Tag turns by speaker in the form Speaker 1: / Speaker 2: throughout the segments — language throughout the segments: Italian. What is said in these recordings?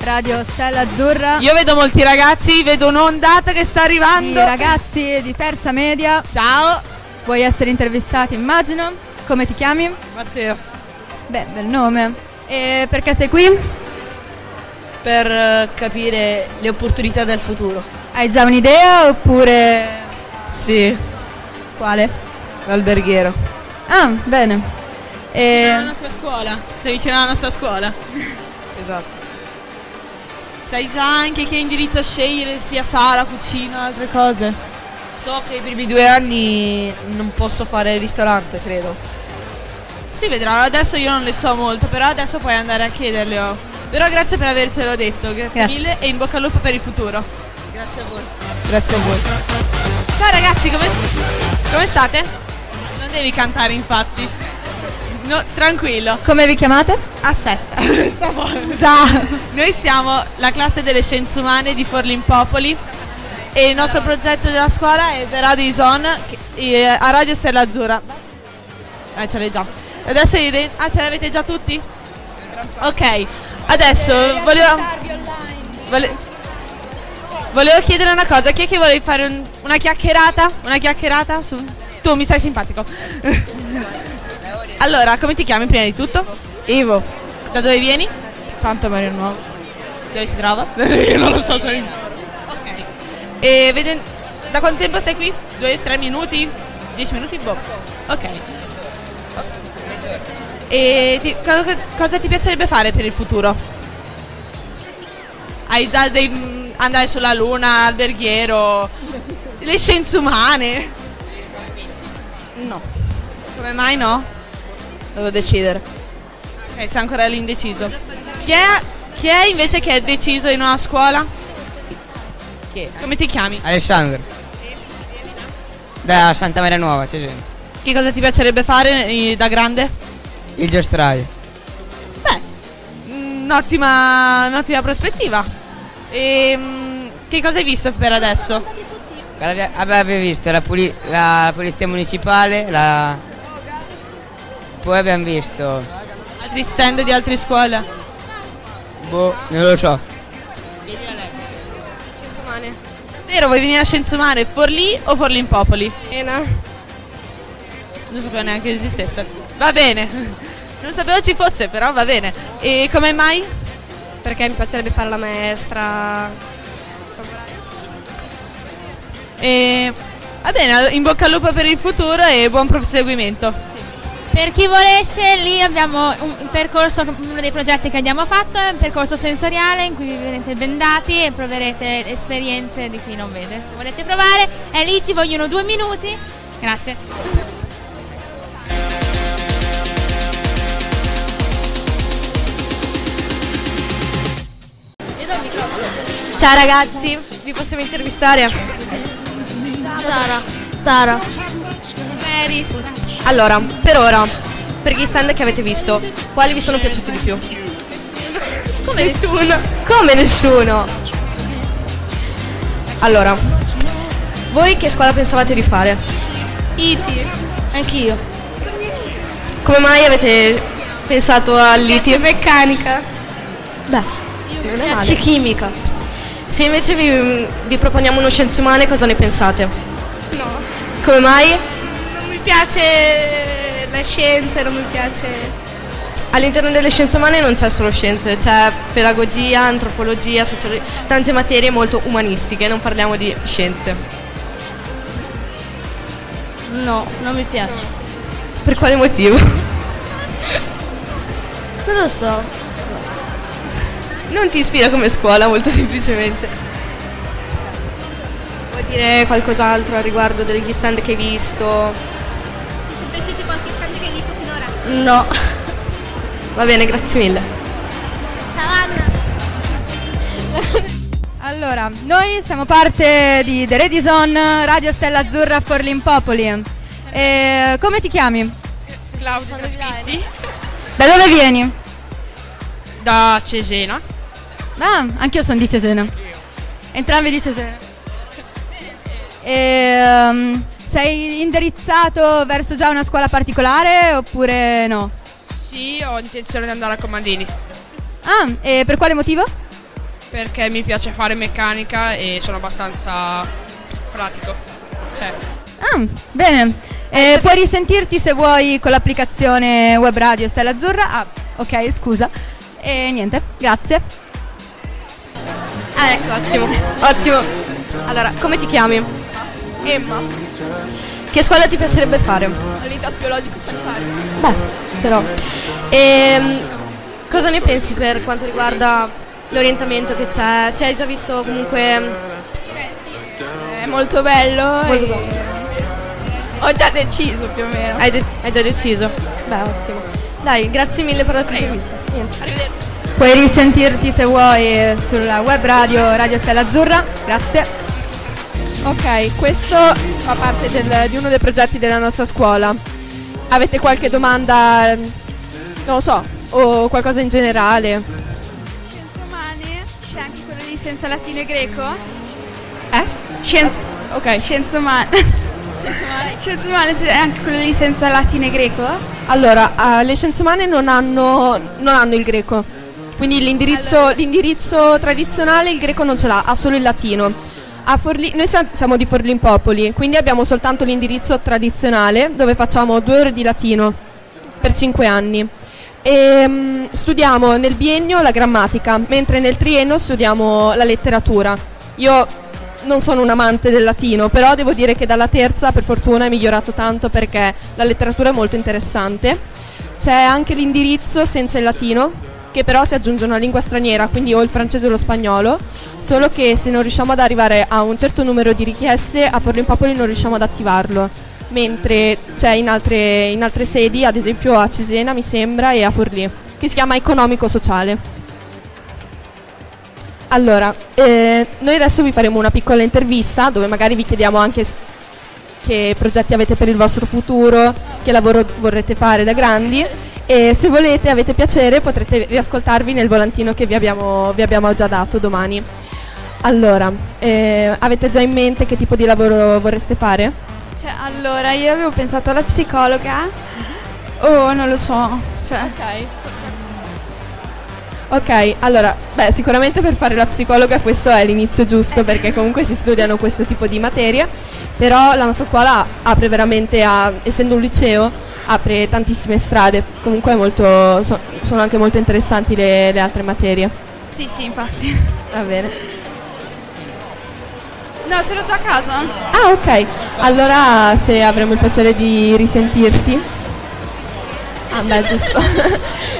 Speaker 1: Radio Stella Azzurra.
Speaker 2: Io vedo molti ragazzi, vedo un'ondata che sta
Speaker 1: I
Speaker 2: arrivando.
Speaker 1: ragazzi di terza media,
Speaker 2: Ciao,
Speaker 1: vuoi essere intervistato immagino? Come ti chiami?
Speaker 2: Matteo.
Speaker 1: Beh, bel nome. E perché sei qui?
Speaker 3: per eh, capire le opportunità del futuro.
Speaker 1: Hai già un'idea oppure
Speaker 3: Sì,
Speaker 1: quale?
Speaker 3: l'alberghiero.
Speaker 1: Ah, bene.
Speaker 4: Alla
Speaker 1: E
Speaker 4: nostra scuola, sei vicino alla nostra scuola.
Speaker 3: Esatto.
Speaker 4: Sai già anche che indirizzo scegliere, sia sala, cucina, altre cose.
Speaker 3: So che i primi due anni non posso fare il ristorante, credo.
Speaker 4: Si vedrà, adesso io non le so molto, però adesso puoi andare a chiederle. oh. Però grazie per avercelo detto, grazie,
Speaker 1: Grazie.
Speaker 4: mille e in bocca al lupo per il futuro. Grazie a voi.
Speaker 3: Grazie a voi.
Speaker 4: Ciao ragazzi, come, come state? Non devi cantare infatti. No, tranquillo.
Speaker 1: come vi chiamate?
Speaker 4: Aspetta, scusa. Noi siamo la classe delle scienze umane di Forlimpopoli e il nostro progetto della scuola è The Radio Ison eh, a Radio Stella Azzurra. Ah, ce l'hai già. Adesso Irene- Ah, ce l'avete già tutti? Ok, adesso volevo, vole- volevo chiedere una cosa. Chi è che vuole fare un- una chiacchierata? Una chiacchierata? su- Tu mi stai simpatico. allora, come ti chiami prima di tutto?
Speaker 3: Ivo,
Speaker 4: Da dove vieni?
Speaker 3: Santa Maria Nuova.
Speaker 4: Dove si trova? Io non lo so se... Ok. E vede... Da quanto tempo sei qui? Due, tre minuti? Dieci minuti? Boh. Ok. E ti- co- cosa, ti piacerebbe fare per il futuro? Hai già dei... mm, andare sulla luna, alberghiero, le scienze umane? No. Come mai no?
Speaker 3: Devo decidere.
Speaker 4: Ok, sei ancora l'indeciso. Chi è, chi è invece che è deciso in una scuola? Come ti chiami?
Speaker 5: Alessandro. Da Santa Maria Nuova, c'è gente.
Speaker 4: Che cosa ti piacerebbe fare eh, da grande?
Speaker 5: Il giostraio.
Speaker 4: Beh, un'ottima, un'ottima prospettiva. E, mm, che cosa hai visto per adesso?
Speaker 5: Guarda, abbi- Abbiamo visto la, puli- la- la polizia municipale, la... Poi abbiamo visto...
Speaker 4: Altri stand di altre scuole?
Speaker 5: Boh, non lo so.
Speaker 4: Vero, vuoi venire a Scienze Umane? Forlì o Forlì in Popoli? Non sapevo neanche che esistesse. Va bene. Non sapevo ci fosse, però va bene. E come mai?
Speaker 6: Perché mi piacerebbe fare la maestra.
Speaker 4: E va bene, in bocca al lupo per il futuro e buon proseguimento.
Speaker 7: Per chi volesse, lì abbiamo un un percorso, uno dei progetti che abbiamo fatto, è un percorso sensoriale in cui vi verrete bendati e proverete esperienze di chi non vede. Se volete provare, è lì, ci vogliono due minuti. Grazie.
Speaker 1: Ciao ragazzi.
Speaker 3: Vi possiamo intervistare?
Speaker 7: Sara.
Speaker 6: Sara.
Speaker 3: Allora, per ora, per gli stand che avete visto, quali vi sono piaciuti di più? Come nessuno. Come nessuno? Allora, voi che scuola pensavate di fare?
Speaker 6: Anch'io.
Speaker 3: Come mai avete pensato all'ITI? Meccanica. Beh, non è male.
Speaker 6: C'è chimica.
Speaker 3: Se invece vi, vi proponiamo uno scienze umane, cosa ne pensate? No. Come mai?
Speaker 6: Mi piace la scienza, non mi piace.
Speaker 3: All'interno delle scienze umane non c'è solo scienze, c'è pedagogia, antropologia, sociologia, tante materie molto umanistiche, non parliamo di scienze.
Speaker 6: No, non mi piace.
Speaker 3: Per quale motivo?
Speaker 6: Non lo so.
Speaker 3: Non ti ispira come scuola, molto semplicemente. Vuoi dire qualcos'altro a riguardo degli stand che hai visto?
Speaker 6: No.
Speaker 3: Va bene, grazie mille.
Speaker 1: Allora, noi siamo parte di The Redison Radio Stella Azzurra Forlimpopoli. E come ti chiami? Da dove vieni?
Speaker 4: Da Cesena.
Speaker 1: Ah, anch'io sono di Cesena. Entrambi di Cesena. E, um, sei indirizzato verso già una scuola particolare oppure no?
Speaker 4: Sì, ho intenzione di andare a Comandini.
Speaker 1: Ah, e per quale motivo?
Speaker 8: Perché mi piace fare meccanica e sono abbastanza pratico. Cioè,
Speaker 1: Ah, bene. Eh, puoi risentirti se vuoi con l'applicazione web radio Stella Azzurra. Ah, ok, scusa. E niente, grazie.
Speaker 3: Ah, ecco, ottimo, ottimo. Allora, come ti chiami?
Speaker 6: Emma,
Speaker 3: Che scuola ti piacerebbe fare?
Speaker 6: all'intas biologico sanitario.
Speaker 3: Beh, però. Ehm, cosa ne pensi per quanto riguarda l'orientamento che c'è? Se hai già visto comunque...
Speaker 6: È molto bello.
Speaker 3: Molto
Speaker 6: e- Ho già deciso più o meno.
Speaker 3: Hai, de- hai già deciso? Beh, ottimo. Dai, grazie mille per la tua intervista. Niente.
Speaker 1: Puoi risentirti se vuoi sulla web radio Radio Stella Azzurra. Grazie.
Speaker 4: Ok, questo fa parte del- di uno dei progetti della nostra scuola. Avete qualche domanda, non lo so, o qualcosa in generale?
Speaker 6: Scienze umane, c'è anche quello lì senza latino e greco.
Speaker 4: Eh?
Speaker 6: Scienze,
Speaker 4: Ok,
Speaker 6: scienze umane. Scienze umane. Scienze umane, c'è cioè, anche quello lì senza latino e greco.
Speaker 4: allora, eh, le scienze umane non hanno, non hanno il greco, quindi l'indirizzo, l'indirizzo tradizionale il greco non ce l'ha, ha solo il latino. A Forlì- noi sia- siamo di Forlimpopoli, quindi abbiamo soltanto l'indirizzo tradizionale dove facciamo due ore di latino per cinque anni. E, mm, studiamo nel biennio la grammatica, mentre nel triennio studiamo la letteratura. Io non sono un amante del latino, però devo dire che dalla terza per fortuna è migliorato tanto perché la letteratura è molto interessante. C'è anche l'indirizzo senza il latino, che però si aggiunge una lingua straniera, quindi o il francese o lo spagnolo, solo che se non riusciamo ad arrivare a un certo numero di richieste a Forlimpopoli non riusciamo ad attivarlo, mentre c'è in altre, in altre sedi, ad esempio a Cesena mi sembra e a Forlì, che si chiama economico-sociale. Allora, eh, noi adesso vi faremo una piccola intervista dove magari vi chiediamo anche s- che progetti avete per il vostro futuro, che lavoro vorrete fare da grandi e se volete, avete piacere, potrete riascoltarvi nel volantino che vi abbiamo, vi abbiamo già dato domani. Allora, eh, avete già in mente che tipo di lavoro vorreste fare?
Speaker 6: Cioè, allora, io avevo pensato alla psicologa. Oh, non lo so. Cioè,
Speaker 4: Ok, allora, beh, sicuramente per fare la psicologa questo è l'inizio giusto perché comunque si studiano questo tipo di materie, però la nostra scuola apre veramente, a- essendo un liceo, apre tantissime strade, comunque è molto, so- sono anche molto interessanti le, le altre materie.
Speaker 6: sì, sì, infatti.
Speaker 4: Va bene.
Speaker 6: No, ce l'ho già a casa.
Speaker 4: Ah, ok, allora se avremo il piacere di risentirti. Ah, beh, giusto.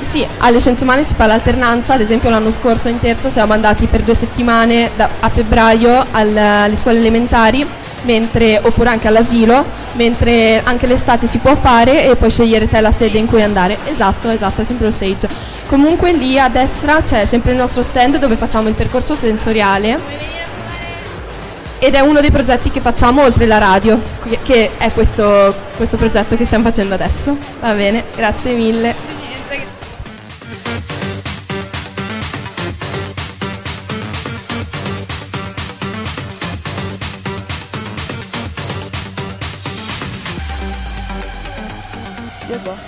Speaker 4: Sì, alle scienze umane si fa l'alternanza, ad esempio l'anno scorso in terza siamo andati per due settimane da- a febbraio al- alle scuole elementari, mentre- oppure anche all'asilo, mentre anche l'estate si può fare e puoi scegliere te la sede in cui andare. Esatto, esatto, è sempre lo stage. Comunque lì a destra c'è sempre il nostro stand dove facciamo il percorso sensoriale ed è uno dei progetti che facciamo oltre la radio, che- che è questo, questo progetto che stiamo facendo adesso. Va bene, grazie mille.